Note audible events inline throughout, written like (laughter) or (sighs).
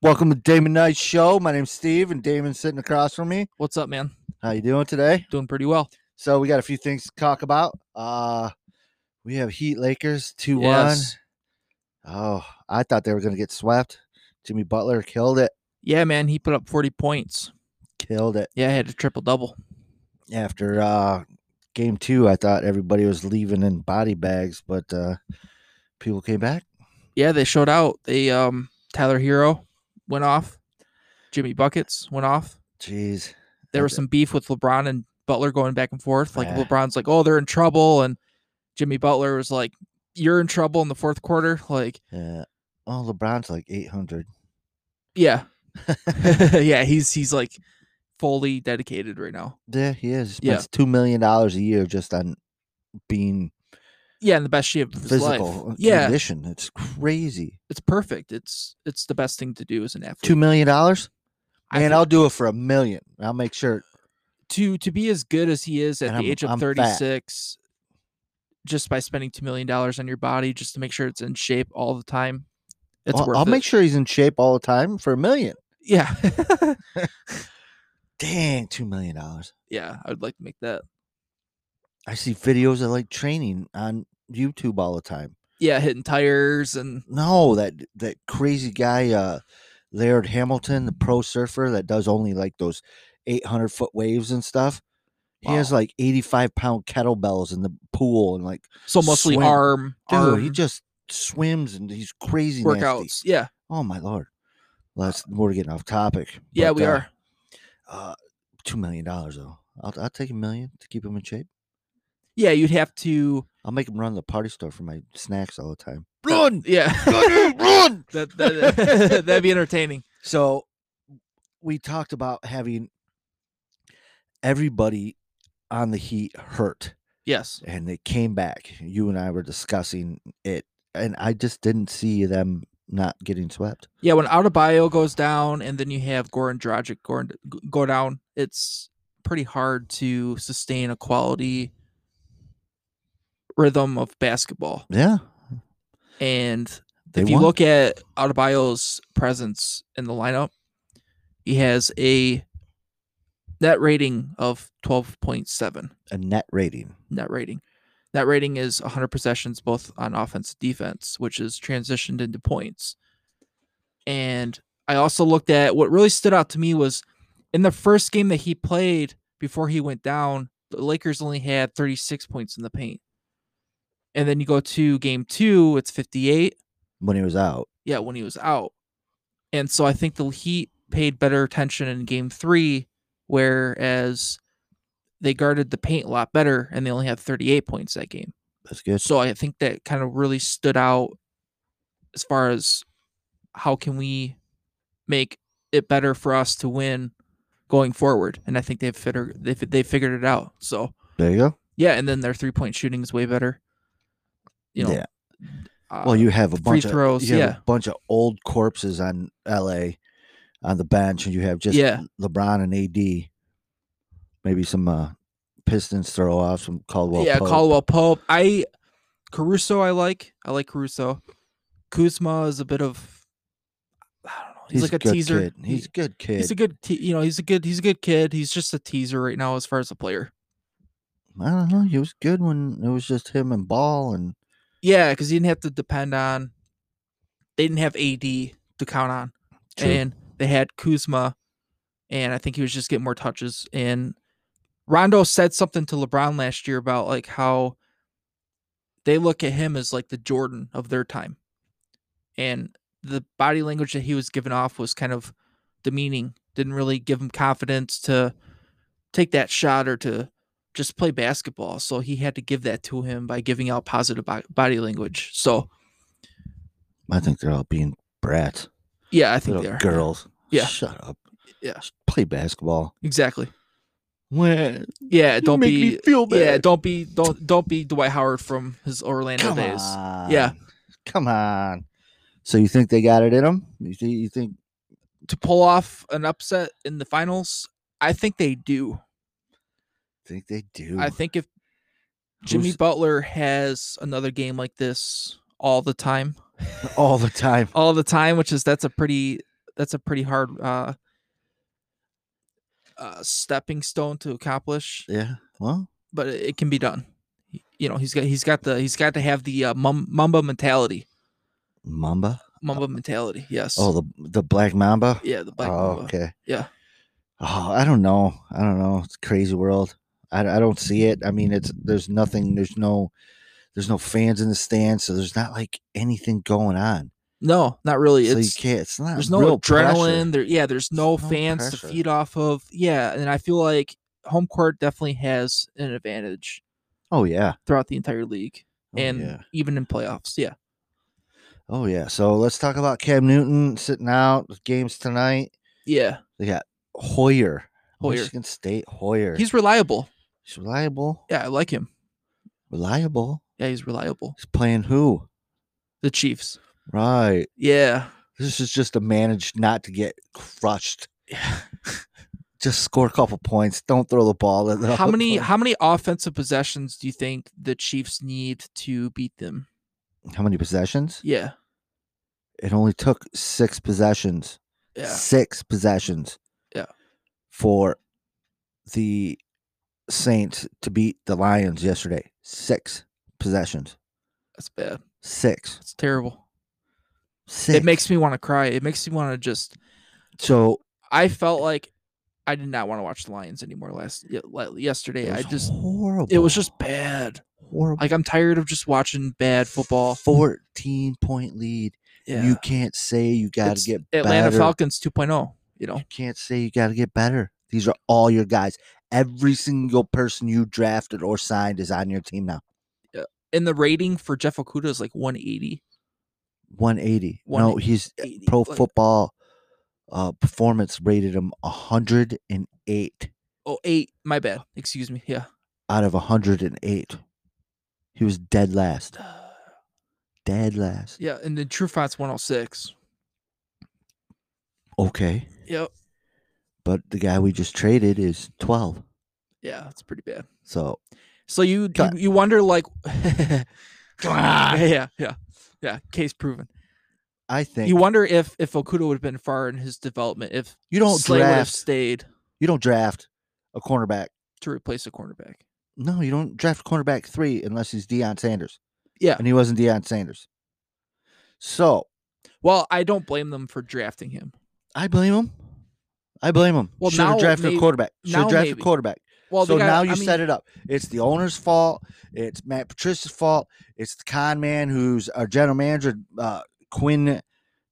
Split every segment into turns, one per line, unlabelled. Welcome to Damon Knight Show. My name's Steve, and Damon's sitting across from me.
What's up, man?
How you doing today?
Doing pretty well.
So we got a few things to talk about. Uh we have Heat Lakers two
Yes.
one. Oh, I thought they were gonna get swept. Jimmy Butler killed it,
Yeah, man. He put up 40 points.
killed it.
Yeah, he had a triple double.
After uh game two, I thought everybody was leaving in body bags, but uh people came back.
Yeah, they showed out. They um Tyler Hero went off. Jimmy Buckets went off.
Jeez.
There was
Okay.
some beef with LeBron and Butler going back and forth. Like
Yeah.
LeBron's like, "Oh, they're in trouble," and Jimmy Butler was like, "You're in trouble in the fourth quarter." Like,
Yeah. Oh, LeBron's like eight hundred. (laughs)
yeah, (laughs) yeah. He's he's like fully dedicated right now.
Yeah, he is.
Yeah.
Spends two million dollars a year just on being
Yeah, in the best shape of his
physical
life. Yeah,
condition. It's crazy.
it's perfect. It's it's the best thing to do as an athlete.
Two million dollars?
I
Man,
think-
I'll do it for a million. I'll make sure.
to to be as good as he is at
And
the
I'm-
age of
I'm fat.
36 just by spending 2 million dollars on your body just to make sure it's in shape all the time it's
I'll,
worth
I'll
it
make sure he's in shape all the time for a million.
(laughs) yeah
Dang, two million dollars.
yeah i would like to make that
I see videos of like training on YouTube all the time.
yeah hitting tires and
No, that that crazy guy, uh Laird Hamilton, the pro surfer that does only like those eight hundred foot waves and stuff. He has
Wow.
like eighty five pound kettlebells in the pool and like
so mostly
Swim.
arm
dude,
arm
he just swims and he's crazy nasty.
workouts yeah
Oh my lord. Well, that's we're getting off topic.
Uh, yeah
but,
we
uh,
are
Uh, two million dollars though. I'll, I'll take a million to keep him in shape.
yeah you'd have to
I'll make him run the party store for my snacks all the
(laughs)
time.
that- yeah
Run, run!
(laughs) that, that, (laughs) that'd be entertaining
So we talked about having everybody on the heat hurt,
yes
and they came back. You and I were discussing it, and I just didn't see them not getting swept.
Yeah, when Autobio goes down and then you have Goran Dragic Goran, go down, it's pretty hard to sustain a quality rhythm of basketball.
Yeah,
And
they
if you
won.
look at Autobio's presence in the lineup, he has a net rating of 12.7
a net rating.
net rating. Net rating is 100 possessions both on offense and defense, which is transitioned into points. And I also looked at what really stood out to me was in the first game that he played before he went down, the Lakers only had 36 points in the paint. And then you go to game two, it's 58.
when he was out.
Yeah, when he was out. And so I think the Heat paid better attention in game three, whereas they guarded the paint a lot better and they only had 38 points that game.
That's good.
So I think that kind of really stood out as far as how can we make it better for us to win going forward. And I think they've fitter, they fi- they figured it out. So
There you go.
yeah, and then their three point shooting is way better. You know,
yeah.
uh,
Well, you have a
free
bunch
throws,
of you have
yeah.
a bunch of old corpses on LA on the bench, and you have just
Yeah.
LeBron and AD. Maybe some uh, Pistons throw off some Caldwell.
yeah,
Pope.
Caldwell Pope. I Caruso. I like. I like Caruso. Kuzma is a bit of. I don't know. He's, like a,
good
teaser.
Kid. He's a
He-
good kid.
he's a good. Te- you know, he's a good. He's a good kid. He's just a teaser right now as far as a player.
I don't know. He was good when it was just him and Ball, and
Yeah, because he didn't have to depend on. They didn't have AD to count on,
True.
and they had Kuzma, and I think he was just getting more touches. And Rondo said something to LeBron last year about like how they look at him as like the Jordan of their time, and the body language that he was giving off was kind of demeaning. Didn't really give him confidence to take that shot or to just play basketball. So he had to give that to him by giving out positive bo- body language. So
I think they're all being brats,
yeah, I think they
little
are.
girls.
Yeah.
shut up.
Yeah.
Just play basketball.
Exactly.
When
Yeah, don't
make
be
me feel bad.
yeah, don't be don't don't be Dwight Howard from his Orlando
Come
days.
on.
Yeah.
Come on. So you think they got it in them? You, thi- you think?
To pull off an upset in the finals, I think they do.
Think they do?
I think if Jimmy
Who's-
Butler has another game like this all the time,
(laughs) all the time.
all the time, which is that's a pretty that's a pretty hard uh, uh, stepping stone to accomplish,
Yeah. Well,
but it, it can be done. Y- You know, he's got he's got the he's got to have the uh, mum, Mamba mentality.
Mamba.
Mamba mentality. Yes.
Oh, the the Black Mamba.
yeah, the black.
oh,
Mamba.
okay.
Yeah.
Oh, I don't know. I don't know. It's a crazy world. I, I don't see it. I mean, it's there's nothing. There's no there's no fans in the stands, so there's not like anything going on.
No, not really.
so you
it's
can't. It's not.
there's no
Um, real pressure.
adrenaline. There, yeah, there's no,
no
fans
pressure.
to feed off of. Yeah, and I feel like home court definitely has an advantage
Oh yeah.
throughout the entire league
Oh,
and
yeah.
even in playoffs. Yeah.
Oh yeah. So let's talk about Cam Newton sitting out with games tonight.
Yeah.
They got Hoyer.
Hoyer.
Michigan State Hoyer.
He's reliable.
He's reliable.
Yeah, I like him.
Reliable.
Yeah, he's reliable.
He's playing who?
The Chiefs.
Right. (laughs)
Yeah.
This is just to manage not to get crushed. (laughs) Just score a couple points. Don't throw the ball. let the
How
other
many
play-
how many offensive possessions do you think the Chiefs need to beat them?
How many possessions?
Yeah.
It only took six possessions.
Yeah.
Six possessions.
Yeah.
For the Saints to beat the Lions yesterday. Six possessions.
That's bad.
Six.
That's terrible.
Six.
It makes me want to cry. It makes me want to just
so
I felt like I did not want to watch the Lions anymore last ye- le- yesterday.
it
I
was
just
horrible.
it was just bad.
horrible.
Like I'm tired of just watching bad football.
14 point lead.
Yeah.
You can't say you got to
It's
get
Atlanta
better.
Falcons 2.0, you know.
You can't say you got to get better. These are all your guys. Every single person you drafted or signed is on your team now.
And the rating for Jeff Okuda is like 180.
180. No,
180,
he's
80,
pro
like-
football uh, performance rated him 108
Oh, eight. My bad. Excuse me. Yeah.
out of 108. He was dead last. Dead last.
Yeah. And then True oh Font's 106.
Okay.
Yep.
But the guy we just traded is 12.
Yeah. That's pretty bad.
So
So you you,
Cut.
you wonder like (laughs) yeah yeah yeah case proven.
I think
You wonder if if Okuda would have been far in his development if
you don't
Slay would have
draft
stayed
you don't draft a cornerback.
to replace a cornerback.
No, you don't draft cornerback three unless he's Deion Sanders.
Yeah.
And he wasn't Deion Sanders. So
Well, I don't blame them for drafting him.
I blame him. I blame him.
Well,
Should have
now
drafted
may-
a quarterback. Should
now
have drafted
maybe.
a quarterback.
Well, they
so
got-
now you
I mean,
set it up. It's the owner's fault. It's Matt Patricia's fault. It's the con man who's our general manager, uh, Quinn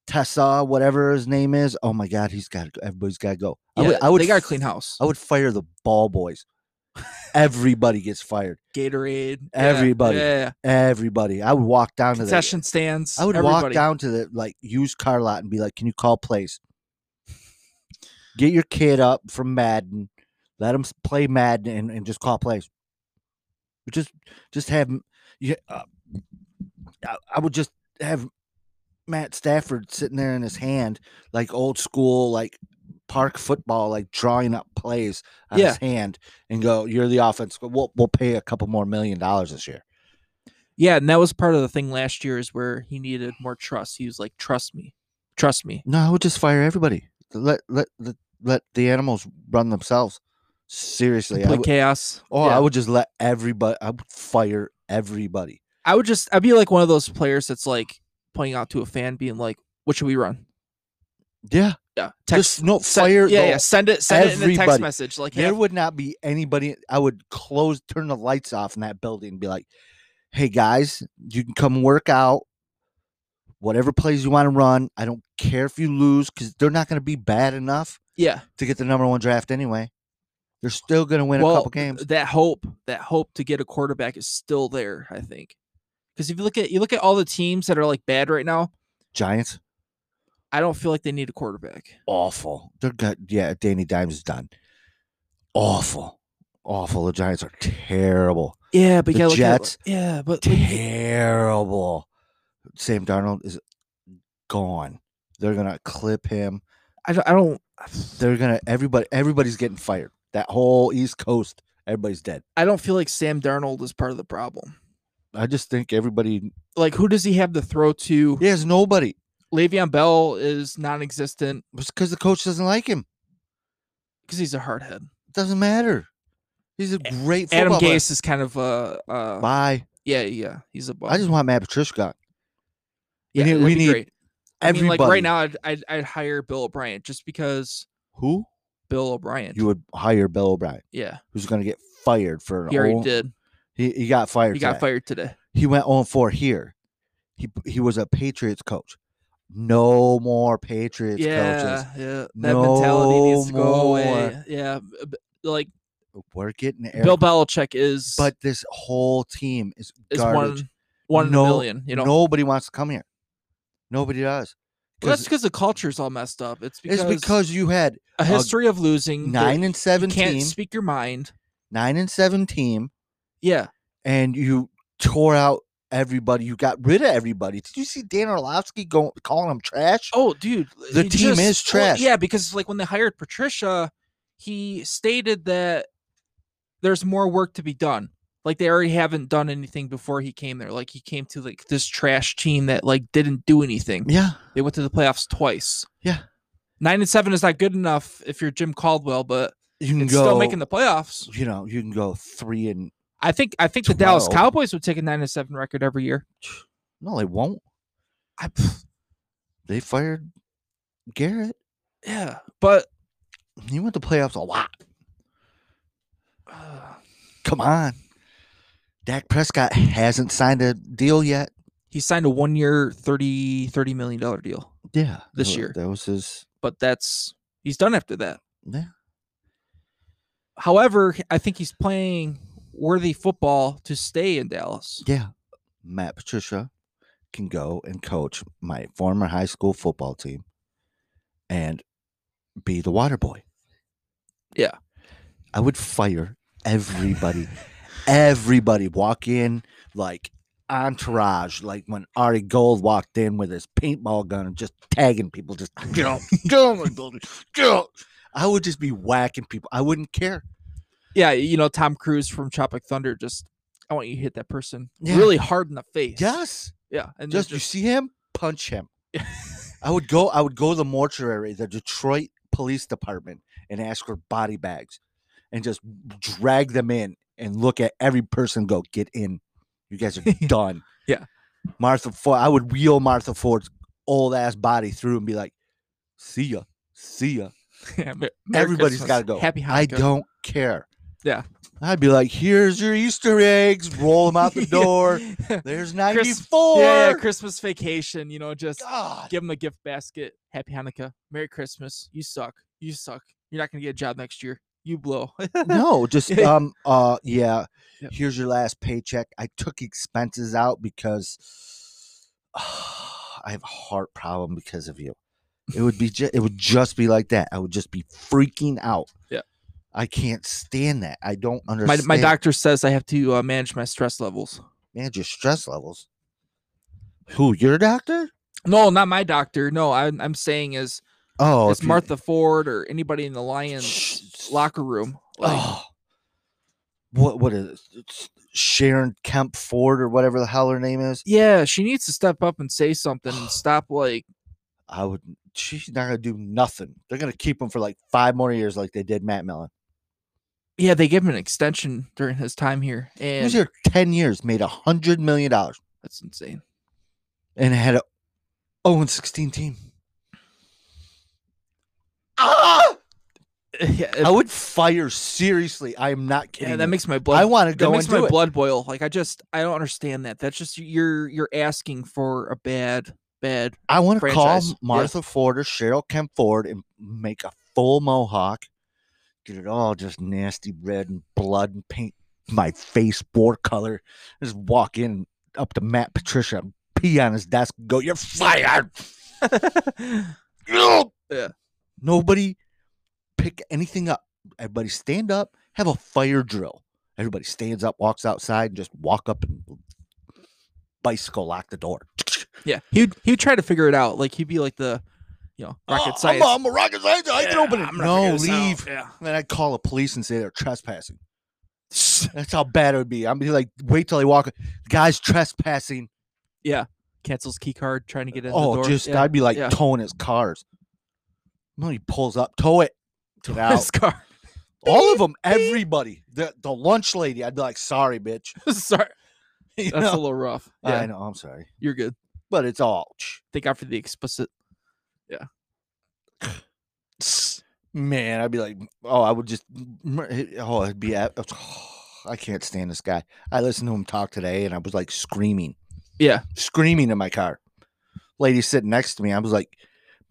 Tessa, whatever his name is. Oh my God, he's got to go. Everybody's got to go.
Yeah,
I would, I would
they got to
f-
clean house.
I would fire the ball boys.
(laughs)
Everybody gets fired.
Gatorade. yeah,
Everybody.
Yeah. yeah.
Everybody. I would walk down to the
Concession stands.
I would walk
everybody.
down to the like used car lot and be like, "Can you call plays? Get your kid up from Madden, let him play Madden, and, and just call plays. Just, just have, m- yeah, uh, I, I would just have Matt Stafford sitting there in his hand, like old school, like park football, like drawing up plays on
Yeah.
his hand, and go, "You're the offense. We'll we'll pay a couple more million dollars this year."
Yeah, and that was part of the thing last year is where he needed more trust. He was like, "Trust me, trust me."
No, I would just fire everybody. Let let let, let the animals run themselves. Seriously, I
Complete
would,
chaos.
oh,
Yeah.
I would just let everybody. I would fire everybody.
I would just I'd be like one of those players that's like pointing out to a fan, being like, "What should we run?"
Yeah,
Yeah,
just no
send-
fire.
yeah,
the-
yeah. Send it. Send it in a text
everybody.
message. Like,
There
yeah,
would not be anybody. I would close, turn the lights off in that building, and be like, "Hey guys, you can come work out." Whatever plays you want to run, I don't care if you lose because they're not going to be bad enough
yeah.
to get the number one draft anyway. They're still going to win a couple games.
That hope, that hope to get a quarterback is still there. I think because if you look at you look at all the teams that are like bad right now,
Giants,
I don't feel like they need a quarterback.
awful. They're good. Yeah, Danny Dimes is done. Awful, awful. The Giants are terrible,
Yeah, but
The
yeah, look at-
Jets-
yeah, but when you-
terrible. Sam Darnold is gone. They're gonna clip him.
I don't. I don't
They're gonna everybody. Everybody's getting fired. That whole East Coast, everybody's dead.
I don't feel like Sam Darnold is part of the problem.
I just think everybody.
Like, who does he have to throw to?
He has nobody.
Le'Veon Bell is non-existent
It's because the coach doesn't like him.
because he's a hardhead.
It doesn't matter. He's a great
Adam
football player.
Gase is kind of a uh,
Bye.
yeah, yeah. He's a bum.
I just want Matt Patricia gone.
yeah,
need-
that'd
we
be
need
great. I mean,
Everybody.
like right now, I'd, I'd I'd hire Bill O'Brien just because
who
Bill O'Brien.
you would hire Bill O'Brien,
yeah,
who's going to get fired for an
he already
old-
did.
He, he got fired.
He got
today.
fired today.
He went on four here. He he was a Patriots coach. No more Patriots
yeah,
coaches.
yeah. That mentality needs to
No
go away.
more.
Yeah, b- b- like
We're getting air.
Bill Belichick is
but this whole team is,
is
garbage.
one one
No-
in a million. You know,
Nobody wants to come here. Nobody does.
Well, that's
'Cause
because the culture's all messed up. It's because,
it's because you had
a history of losing. that
nine and
you
seven
can't
team,
speak your mind.
nine and seven team,
Yeah,
and you tore out everybody. You got rid of everybody. Did you see Dan Orlovsky going calling them trash?
Oh, dude,
The
he
team is trash.
yeah, because like when they hired Patricia, he stated that there's more work to be done. Like they already haven't done anything before he came there. Like he came to like this trash team that like didn't do anything.
Yeah,
They went to the playoffs twice.
Yeah.
Nine and seven is not good enough if you're Jim Caldwell, but
you can
it's
go
still making the playoffs.
you know, you can go three and
I think I think the Dallas
12.
Cowboys would take a nine and seven record every year.
no, they won't.
I,
They fired Garrett.
yeah, but
He went to playoffs a lot.
uh,
Come on. Dak Prescott hasn't signed a deal yet.
he signed a one year 30 30 million dollar deal.
Yeah.
This
that-
year.
That was his
but that's he's done after that.
yeah.
However, I think he's playing worthy football to stay in Dallas.
Yeah. Matt Patricia can go and coach my former high school football team and be the water boy.
Yeah.
I would fire everybody. everybody walk in like entourage, like when Ari Gold walked in with his paintball gun and just tagging people, just get out, get out of my building, get out. I would just be whacking people. I wouldn't care.
Yeah, you know Tom Cruise from Tropic Thunder. Just I want you to hit that person
Yeah.
really hard in the face.
Yes.
yeah, and
just
just,
you
just
see him, punch
(laughs)
him. I would go. I would go to the mortuary, the Detroit Police Department, and ask for body bags, and just drag them in and look at every person. Go get in. You
(laughs)
guys are done.
Yeah.
Martha Ford. I would wheel Martha Ford's old ass body through and be like, "See ya, see ya."
(laughs) Yeah, Mer- Merry
Everybody's
Christmas.
got to go.
Happy
I
Hanukkah.
don't care.
Yeah.
I'd be like, "Here's your Easter eggs. Roll them out the
(laughs) Yeah.
door.
yeah,
There's
Chris-
ninety-four.
yeah, Christmas vacation. You know, just
God.
give them a gift basket. Happy Hanukkah. Merry Christmas. You suck. You suck. You're not gonna get a job next year. You blow. (laughs)
no just
Yeah.
um uh yeah
Yep.
here's your last paycheck i took expenses out because (sighs) i have a heart problem because of you it would be ju- it would just be like that i would just be freaking out
Yeah.
i can't stand that i don't
my
understand
my doctor says I have to uh, manage my stress levels.
manage your stress levels who your doctor
No, not my doctor. No, I'm, I'm saying is
oh
it's
if you-
Martha Ford or anybody in the Lions locker room. Like,
oh what what is it's sharon kemp ford or whatever the hell her name is
Yeah, she needs to step up and say
(sighs)
something and stop like
I would. She's not gonna do nothing. They're gonna keep him for like five more years, like they did Matt Millen.
yeah, they gave him an extension during his time here.
He was
And
here ten years, made a hundred million dollars,
that's insane.
and had a 0 and 16 team. Ah!
yeah,
(laughs) I would fire seriously. I am not kidding.
yeah, that
you.
makes my
I
blood
want to
that
go
makes
and do
my
it.
blood boil. Like I just I don't understand that. That's just you're you're asking for a bad bad
I want to call
franchise. Yeah.
Martha Ford or Cheryl Kemp Ford and make a full mohawk, get it all just nasty red and blood and paint my face war color. Just walk in up to Matt Patricia, pee on his desk, and go, "You're
(laughs)
fired." Ugh.
Yeah.
Nobody pick anything up. Everybody stand up. Have a fire drill. Everybody stands up, walks outside, and just walk up and bicycle lock the door.
Yeah, he'd he'd try to figure it out. Like he'd be like the, you know, rocket
Oh, (gasps) I'm
science.
a, I'm a rocket scientist. I can
Yeah,
open it.
I'm gonna
No,
figure this out.
leave.
Yeah.
Then I'd call the police and say they're trespassing. That's how bad it would be. I'd be like, wait till they walk. Guys trespassing.
cancels key card trying to get in the
Oh,
door.
just
yeah.
I'd be like
yeah.
towing his cars. No, he pulls up, tow it. Get
(laughs)
out.
His car.
All of them, everybody. The the lunch lady, I'd be like, sorry, bitch. (laughs)
Sorry,
You
that's a
know?
little rough.
I
Yeah,
know, I'm sorry.
you're good.
But it's all "Shh,
Thank God for the explicit.
tss." man, I'd be like, oh, I would just oh, I'd be at, (sighs) I can't stand this guy. I listened to him talk today and I was like screaming.
Yeah.
Screaming in my car. Lady sitting next to me, I was like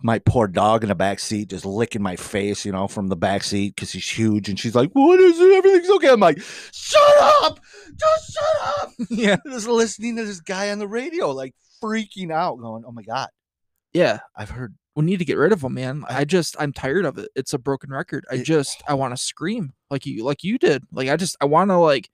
my poor dog in the back seat just licking my face, you know, from the back seat because he's huge and she's like, What is it? Everything's okay. I'm like, Shut up! Just shut up!
(laughs) yeah,
Just listening to this guy on the radio, like freaking out, going, Oh my god,
yeah.
I've heard
We need to get rid of him, man.
I-
I, just I'm tired of it. It's a broken record. I
It-
just I want to scream like you like you did. Like I just I want to like.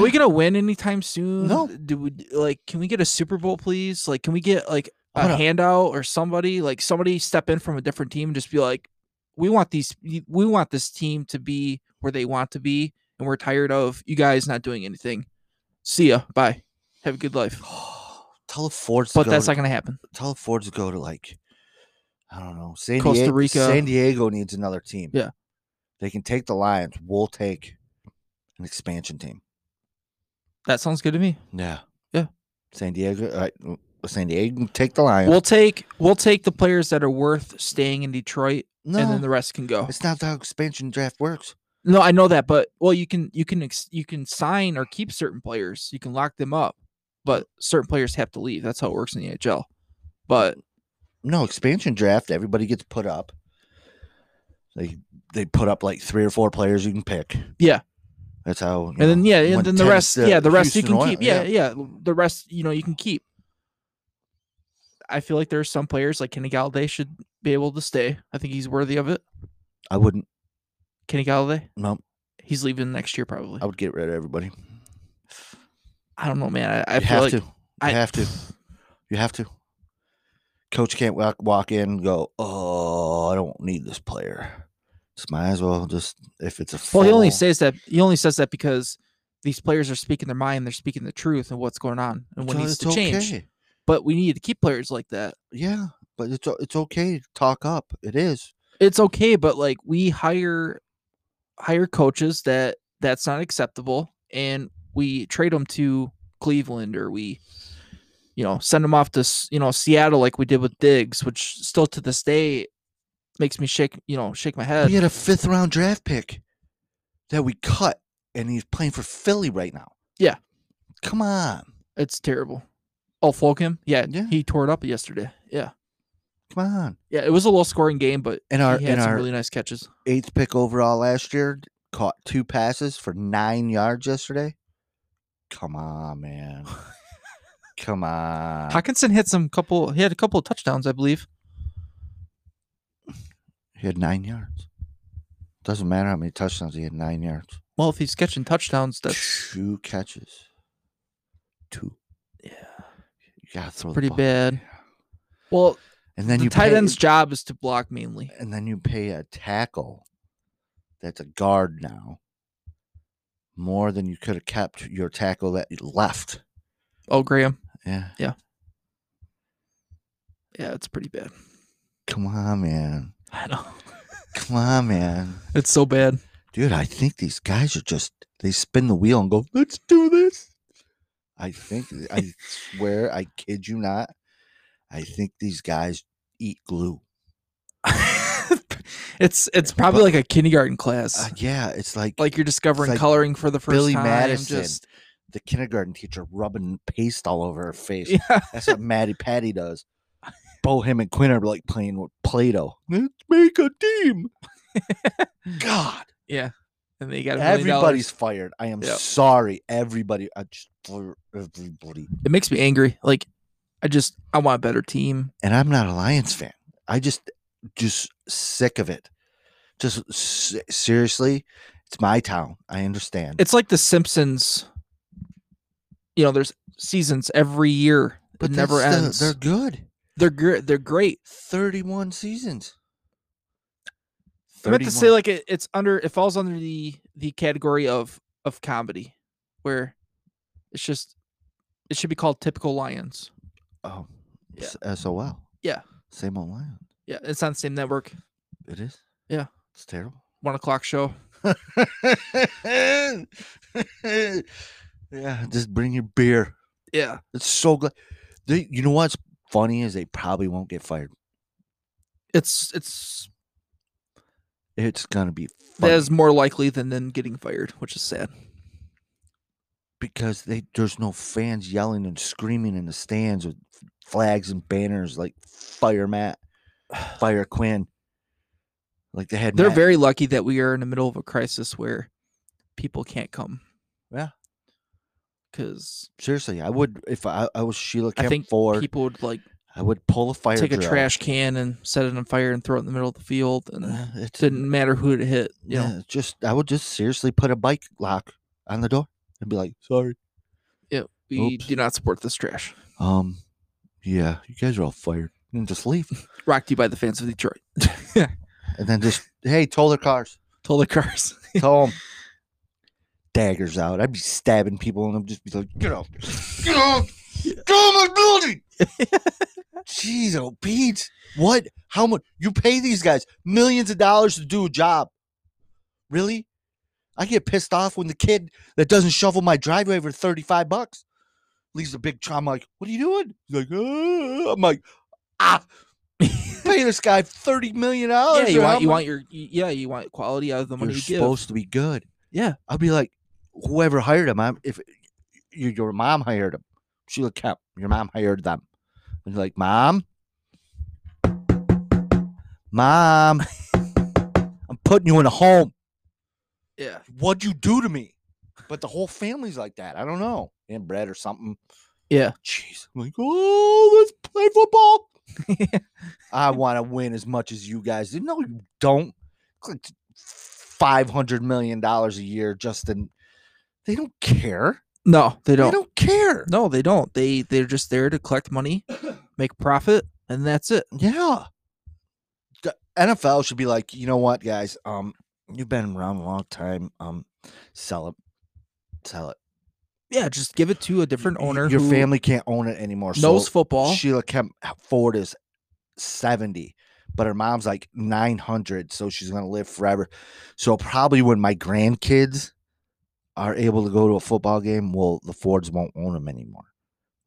(sighs)
we gonna win anytime soon?
No.
Do we like? Can we get a Super Bowl, please? Like, can we get like a
I'm gonna-
handout or somebody like somebody step in from a different team and just be like, we want these, we want this team to be where they want to be, and we're tired of you guys not doing anything. See ya. Bye. Have a good life.
tell the Fords to
But
go
that's
to,
not gonna happen.
tell the Fords to go to like I don't know San
Costa
Diego,
Rica.
San Diego needs another team.
Yeah.
they can take the Lions. We'll take an expansion team.
That sounds good to me.
Yeah,
Yeah.
San Diego, uh, mm, San Diego can take the Lions.
We'll take we'll take the players that are worth staying in Detroit,
no,
and then the rest can go.
it's not how expansion draft works.
No, I know that, but well, you can you can ex- you can sign or keep certain players. You can lock them up, but certain players have to leave. That's how it works in the NHL. But
No expansion draft. Everybody gets put up. They they put up like three or four players you can pick.
Yeah.
that's how.
and then yeah, and then the rest, yeah, the rest you can keep. Yeah,
yeah,
yeah, the rest you know you can keep. I feel like there are some players like Kenny Galladay should be able to stay. I think he's worthy of it.
I wouldn't.
Kenny Galladay,
No,
he's leaving next year probably.
I would get rid of everybody.
I don't know, man. I, I
You
feel
have
like
to. You
I
have to. You have to. Coach can't walk, walk in and go, oh, I don't need this player. Just might as well just if it's a full,
Well, he only says that he only says that because these players are speaking their mind, they're speaking the truth and what's going on and what
it's-
needs to
it's
change.
okay.
But we need to keep players like that.
Yeah, but it's o- it's okay to talk up. It is.
It's okay, but like we hire hire coaches that that's not acceptable, and we trade them to Cleveland or we, you know, send them off to s- you know Seattle like we did with Diggs, which still to this day makes me shake you know shake my head.
We had a fifth round draft pick that we cut, and he's playing for Philly right now.
Yeah.
Come on,
It's terrible. Oh, Fulkham, yeah,
Yeah.
he tore it up yesterday. Yeah.
come on.
Yeah, it was a low scoring game, but
And our
he
and
had some
our
really nice catches.
eighth pick overall last year caught two passes for nine yards yesterday. Come on, man.
(laughs)
Come on.
Hawkinson had some couple. He had a couple of touchdowns, I believe.
He had nine yards. Doesn't matter how many touchdowns he had. Nine yards.
Well, if he's catching touchdowns, that's
two catches. Two.
yeah,
You gotta throw the
pretty
ball.
bad. Well,
And then
the
you
tight
pay,
end's job is to block mainly.
And then you pay a tackle. That's a guard now. More than you could have kept your tackle that you left.
Oh, Graham.
Yeah.
Yeah, it's pretty bad.
Come on, man.
I know.
Come on, man.
(laughs) It's so bad. (laughs)
Dude, I think these guys are just they spin the wheel and go, let's do this. I think I swear, I kid you not. I think these guys eat glue.
it's it's probably like a kindergarten class.
Uh, yeah, it's like,
like you're discovering
like
coloring for the first
Billy
time.
Madison.
Just
the kindergarten teacher rubbing paste all
(laughs)
over her face.
yeah.
That's what Maddie Patty does. Bo him and Quinn are like playing with Play-Doh. Let's make a
(laughs)
team. God,
Yeah. And they got a million dollars.
everybody's fired. I am
Yep.
sorry, everybody. I just for everybody.
It makes me angry. Like, I just I want a better team.
and I'm not a Lions fan. I just just sick of it. Just se- seriously, it's my town. I understand.
it's like the Simpsons. You know, there's seasons every year. It never
that's the-
ends.
they're good.
they're gr- they're great.
31 seasons.
I meant to say
31.
like it, it's under it falls under the the category of of comedy, where it's just It should be called Typical Lions.
Oh,
Yeah.
S- SOL.
Yeah.
Same old lion.
Yeah, it's on the same network.
It is.
Yeah.
It's terrible. (laughs)
One o'clock show.
yeah, just bring your beer.
Yeah.
It's so good. They, you know what's funny is they probably won't get fired.
It's it's
It's gonna be
that
funny
is more likely than them getting fired, which
(sighs)
is sad.
because they there's no fans yelling and screaming in the stands with flags and banners like fire Matt, fire Quinn. Like they had.
They're
Matt-
very lucky that we are in the middle of a crisis where people can't come.
Yeah.
Cuz
seriously. I would if I, I was Sheila
I
Kemp
think
Ford.
people would like
I would pull a fire.
take a
drill.
trash can and set it on fire and throw it in the middle of the field and
(sighs)
it
Uh, It's
didn't matter who it hit, you know.
Yeah, just I would just seriously put a bike lock on the door and be like, sorry.
We
Oops.
do not support this trash.
Um, yeah, you guys are all fired. And just leave.
Rocked you by the fans of Detroit.
And then just, hey, tow their cars.
Told the cars.
Tow them. Daggers out. I'd be stabbing people and I'd just be like, get out. Get out. Get out of my
(laughs)
building. Jeez, oh, Pete. What? How much? You pay these guys millions of dollars to do a job. Really? I get pissed off when the kid that doesn't shovel my driveway for 35 bucks leaves a big chunk. I'm like, what are you doing? He's like, "Uh," I'm like, ah,
(laughs)
pay this guy $30 million.
yeah, you
or how
want you
much-
want your y- yeah, you want quality out of the money
You're
you
supposed to be good.
Yeah.
I'll be like, whoever hired him, I'm, if your, your mom hired him, she looked up, your mom hired them. And you're like, Mom, Mom, (laughs) I'm putting you in a home.
give. Yeah.
What'd you do to me? But the whole family's like that. I don't know. Inbred or something.
Yeah.
Jeez. I'm like, oh, let's play
(laughs)
football. I want to win as much as you guys. do. No, you don't. It's like five hundred million dollars a year just in. They don't care.
No, they don't.
They don't care.
No, they don't. They they're just there to collect money, make profit, and that's it.
Yeah. The NFL should be like, you know what, guys? Um, you've been around a long time. Um, sell it, sell it.
Yeah, just give it to a different
Y- y-
owner.
Your
who
family can't own it anymore. so-
knows football.
Sheila Kemp uh, Ford is 70, but her mom's like 900, so she's going to live forever. So probably when my grandkids are able to go to a football game, well, the Fords won't own them anymore.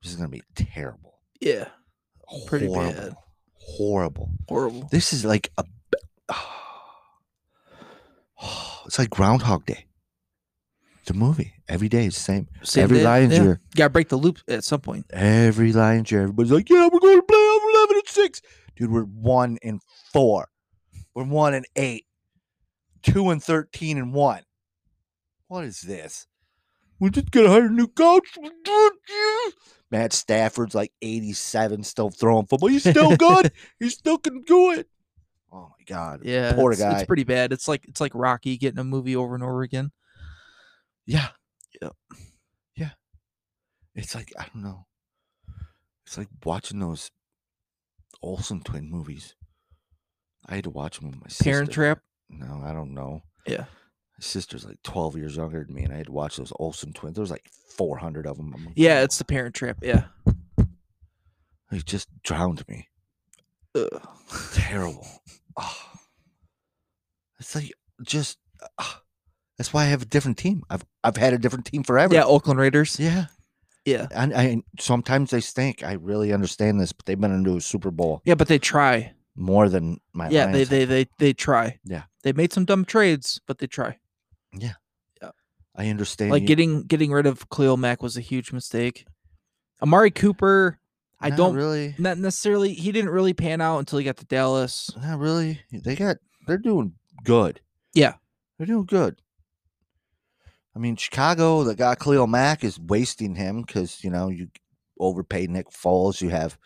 This is going to be terrible.
yeah, Pretty
horrible,
bad.
Horrible.
horrible.
This is like a b- (sighs) It's like Groundhog Day. The movie. Every day is the same.
Same
every
day,
Lions
yeah.
year.
Got to break the loop at some point.
Every Lions chair, everybody's like, "Yeah, we're going to playoff eleven and six, dude. We're one and four, we're one and eight, two and thirteen and one. What is this? We're just gonna hire a new coach." (laughs) Matt Stafford's like eighty-seven, still throwing football. He's
(laughs)
still good. he still can do it. Oh my god.
Yeah,
Poor
it's,
guy.
It's pretty bad. It's like it's like Rocky getting a movie over and over again.
Yeah.
Yep.
Yeah. It's like I don't know. It's like watching those Olsen twin movies. I had to watch them with my sister.
Parent Trap.
No, I don't know.
Yeah.
My sister's like 12 years younger than me, and I had to watch those Olsen twins. There was like 400 of them.
Yeah, it's the Parent Trap. Yeah.
it just drowned me.
Ugh.
terrible. Ah. It's like just. ah. that's why I have a different team. I've I've had a different team forever.
Yeah, Oakland Raiders.
Yeah.
Yeah.
And I sometimes they stink. I really understand this, but they've been into a Super Bowl
Yeah, but they try.
more than my
Yeah, they
Lions.
they they they try.
Yeah.
they made some dumb trades, but they try.
I understand.
like
you-
getting getting rid of Cleo Mack was a huge mistake. Amari Cooper, I
not
don't
really
not necessarily he didn't really pan out until he got to Dallas.
not really. They got they're doing good.
Yeah.
They're doing good. I mean Chicago, the guy Cleo Mack is wasting him because you know, you overpay Nick Foles, you have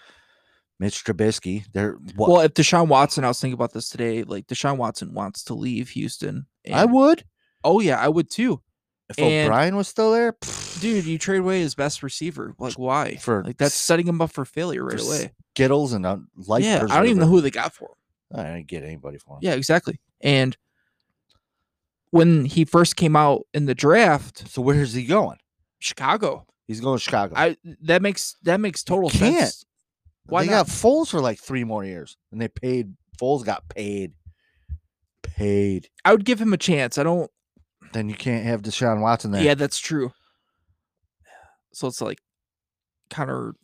Mitch Trubisky. They're what
Well, if Deshaun Watson, I was thinking about this today. Like Deshaun Watson wants to leave Houston.
I
and-
would.
Oh yeah, I would too,
If
and-
O'Brien was still there, pfft,
dude. You trade away his best receiver. Like why?
For
like that's
s-
setting him up for failure right
for
away.
Gittles and a life.
yeah, I don't even know
preserver.
who they got for him.
I didn't get anybody for him.
Yeah, exactly. And when he first came out in the draft,
So where is he going?
Chicago.
He's going to Chicago.
I that makes that makes total
can't.
sense. Why
they got
not?
Foles for like three more years, and they paid. Foles got paid. Paid.
I would give him a chance. I don't.
Then you can't have Deshaun Watson there.
Yeah, that's true. So it's like Connor.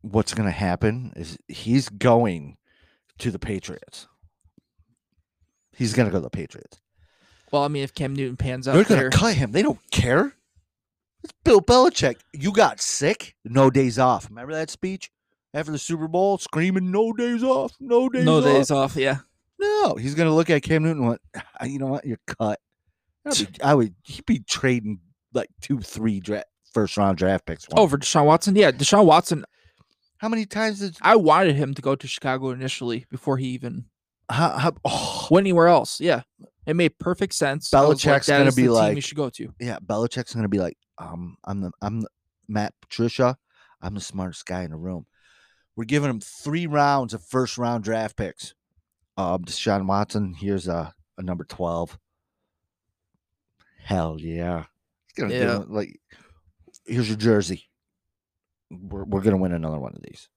What's going to happen is he's going to the Patriots. He's going to go to the Patriots.
Well, I mean, if Cam Newton pans out
They're
there,
going to cut him. They don't care. It's Bill Belichick. You got sick. No days off. Remember that speech after the Super Bowl, screaming "No days off, no days
no
off."
days off. Yeah,
No, he's gonna look at Cam Newton. And went, "Ah, you know what? You're cut. I'd be- I would. He'd be trading like two, three dra- first round draft picks.
Oh, for Deshaun Watson? Yeah, Deshaun Watson.
how many times did?
I wanted him to go to Chicago initially before he even
How, how, oh,
went anywhere else. Yeah, it made perfect sense. I was
Belichick's
"That
gonna
is the
be
team you
like-
should go to.
yeah. Belichick's gonna be like, um, I'm the, I'm the, Matt Patricia. I'm the smartest guy in the room. We're giving him three rounds of first round draft picks. Um, Deshaun Watson. Here's a, a number twelve. Hell yeah. He's gonna give
Yeah.
him, like, here's your jersey. We're we're gonna win another one of these.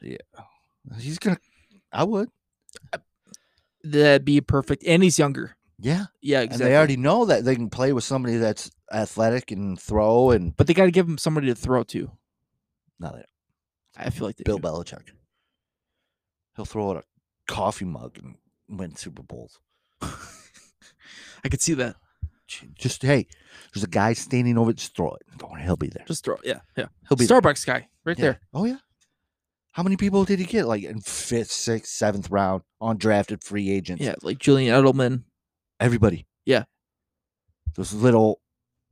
yeah. He's gonna. I would.
That'd be perfect. And he's younger.
Yeah.
Yeah,
And
exactly.
they already know that they can play with somebody that's athletic and throw and
but they got to give him somebody to throw to.
not that
I feel like they
Bill
do.
Belichick. He'll throw out a coffee mug and win Super Bowls.
I could see that.
Ch- Just hey, there's a guy standing over. Just throw it. Don't worry, he'll be there.
Just throw. Yeah, yeah.
He'll be there.
Starbucks guy right
Yeah.
there.
Oh yeah. How many people did he get? Like in fifth, sixth, seventh round, undrafted free agents.
Yeah, like Julian Edelman.
Everybody.
Yeah.
Those little,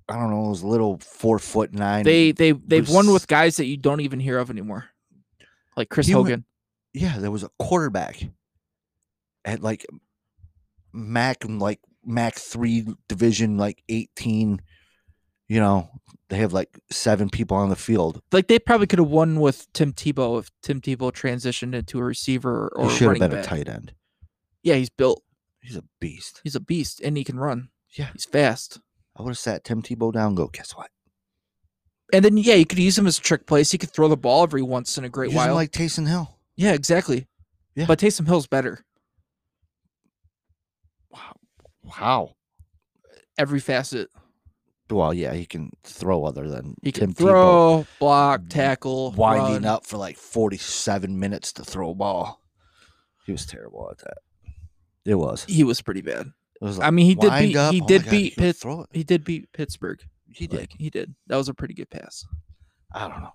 I don't know, those little four foot nine.
They they they've won
Bruce-
with guys that you don't even hear of anymore, like Chris
He went-
Hogan.
yeah, there was a quarterback at like Mac like Mac three division like eighteen. You know, they have like seven people on the field.
Like they probably could have won with Tim Tebow if Tim Tebow transitioned into a receiver
He
or a
should have
running
been
back.
a tight end.
Yeah, he's built.
He's a beast.
He's a beast, and he can run.
Yeah.
he's fast.
I would have sat Tim Tebow down. And go, guess what?
And then yeah, you could use him as trick plays. He could throw the ball every once in a great
Use him
while.
like Taysom Hill.
yeah, exactly.
Yeah.
But Taysom Hill's better
Wow.
every facet.
Well, yeah, he can throw other than
He can
Tim Tebow
throw, block,
w-
tackle,
Mm, winding
run.
up for like forty-seven minutes to throw a ball. He was terrible at that. It was.
He was pretty bad.
It was
I mean, he did
wind
beat.
up,
He
oh my
did
God,
beat
he'll
Pitt.
Throw it.
He did beat Pittsburgh.
He did.
Like, he did. That was a pretty good pass.
I don't know.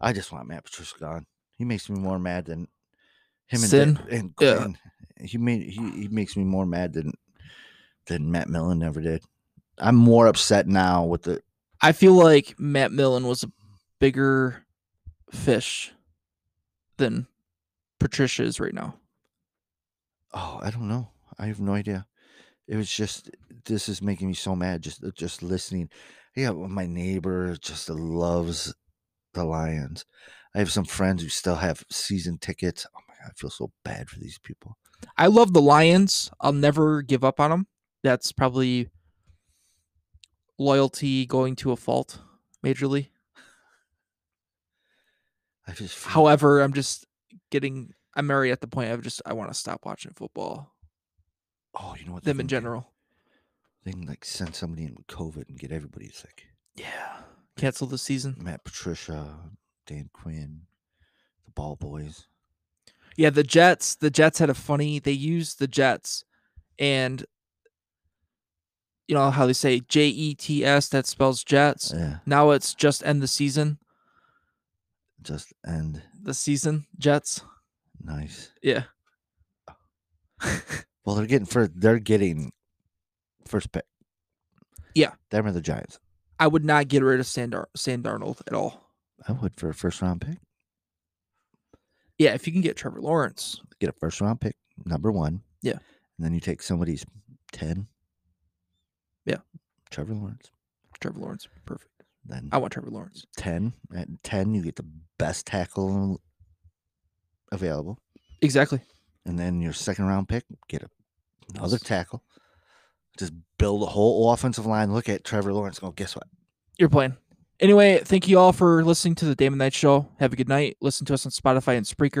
I just want Matt Patricia gone. He makes me more mad than him and
Sin?
Dan- and
Yeah.
Quinn. He made he, he makes me more mad than than Matt Millen ever did. I'm more upset now with the
I feel like Matt Millen was a bigger fish than Patricia is right now.
oh I don't know. I have no idea. It was just this is making me so mad just uh, just listening. Yeah, well, my neighbor just loves the Lions. I have some friends who still have season tickets. Oh my god, I feel so bad for these people.
I love the Lions. I'll never give up on them. That's probably loyalty going to a fault majorly.
I just feel
However, I'm just getting I'm already at the point of just I want to stop watching football.
oh you know what they
Them in
can do?
general.
They can like send somebody in with COVID and get everybody sick.
Yeah. Cancel the season.
Matt Patricia, Dan Quinn, the Ball Boys.
Yeah, the Jets. The Jets had a funny. They used the Jets, and you know how they say J E T S that spells Jets.
Yeah,
Now it's just end the season.
just and
The season Jets.
nice.
Yeah.
Well, they're getting first. They're getting first pick.
Yeah.
them are the Giants.
I would not get rid of Sam, Dar- Sam Darnold at all.
I would for a first round pick.
Yeah, if you can get Trevor Lawrence,
Get a first round pick, number one.
Yeah.
and then you take somebody's ten.
Yeah.
Trevor Lawrence.
Trevor Lawrence, would be perfect.
Then
I want Trevor Lawrence.
ten at ten, you get the best tackle available.
Exactly.
and then your second round pick, get a, another tackle. Just build a whole offensive line. Look at Trevor Lawrence. Go, guess what?
You're playing. Anyway, thank you all for listening to the Damon Knight Show. Have a good night. Listen to us on Spotify and Spreaker.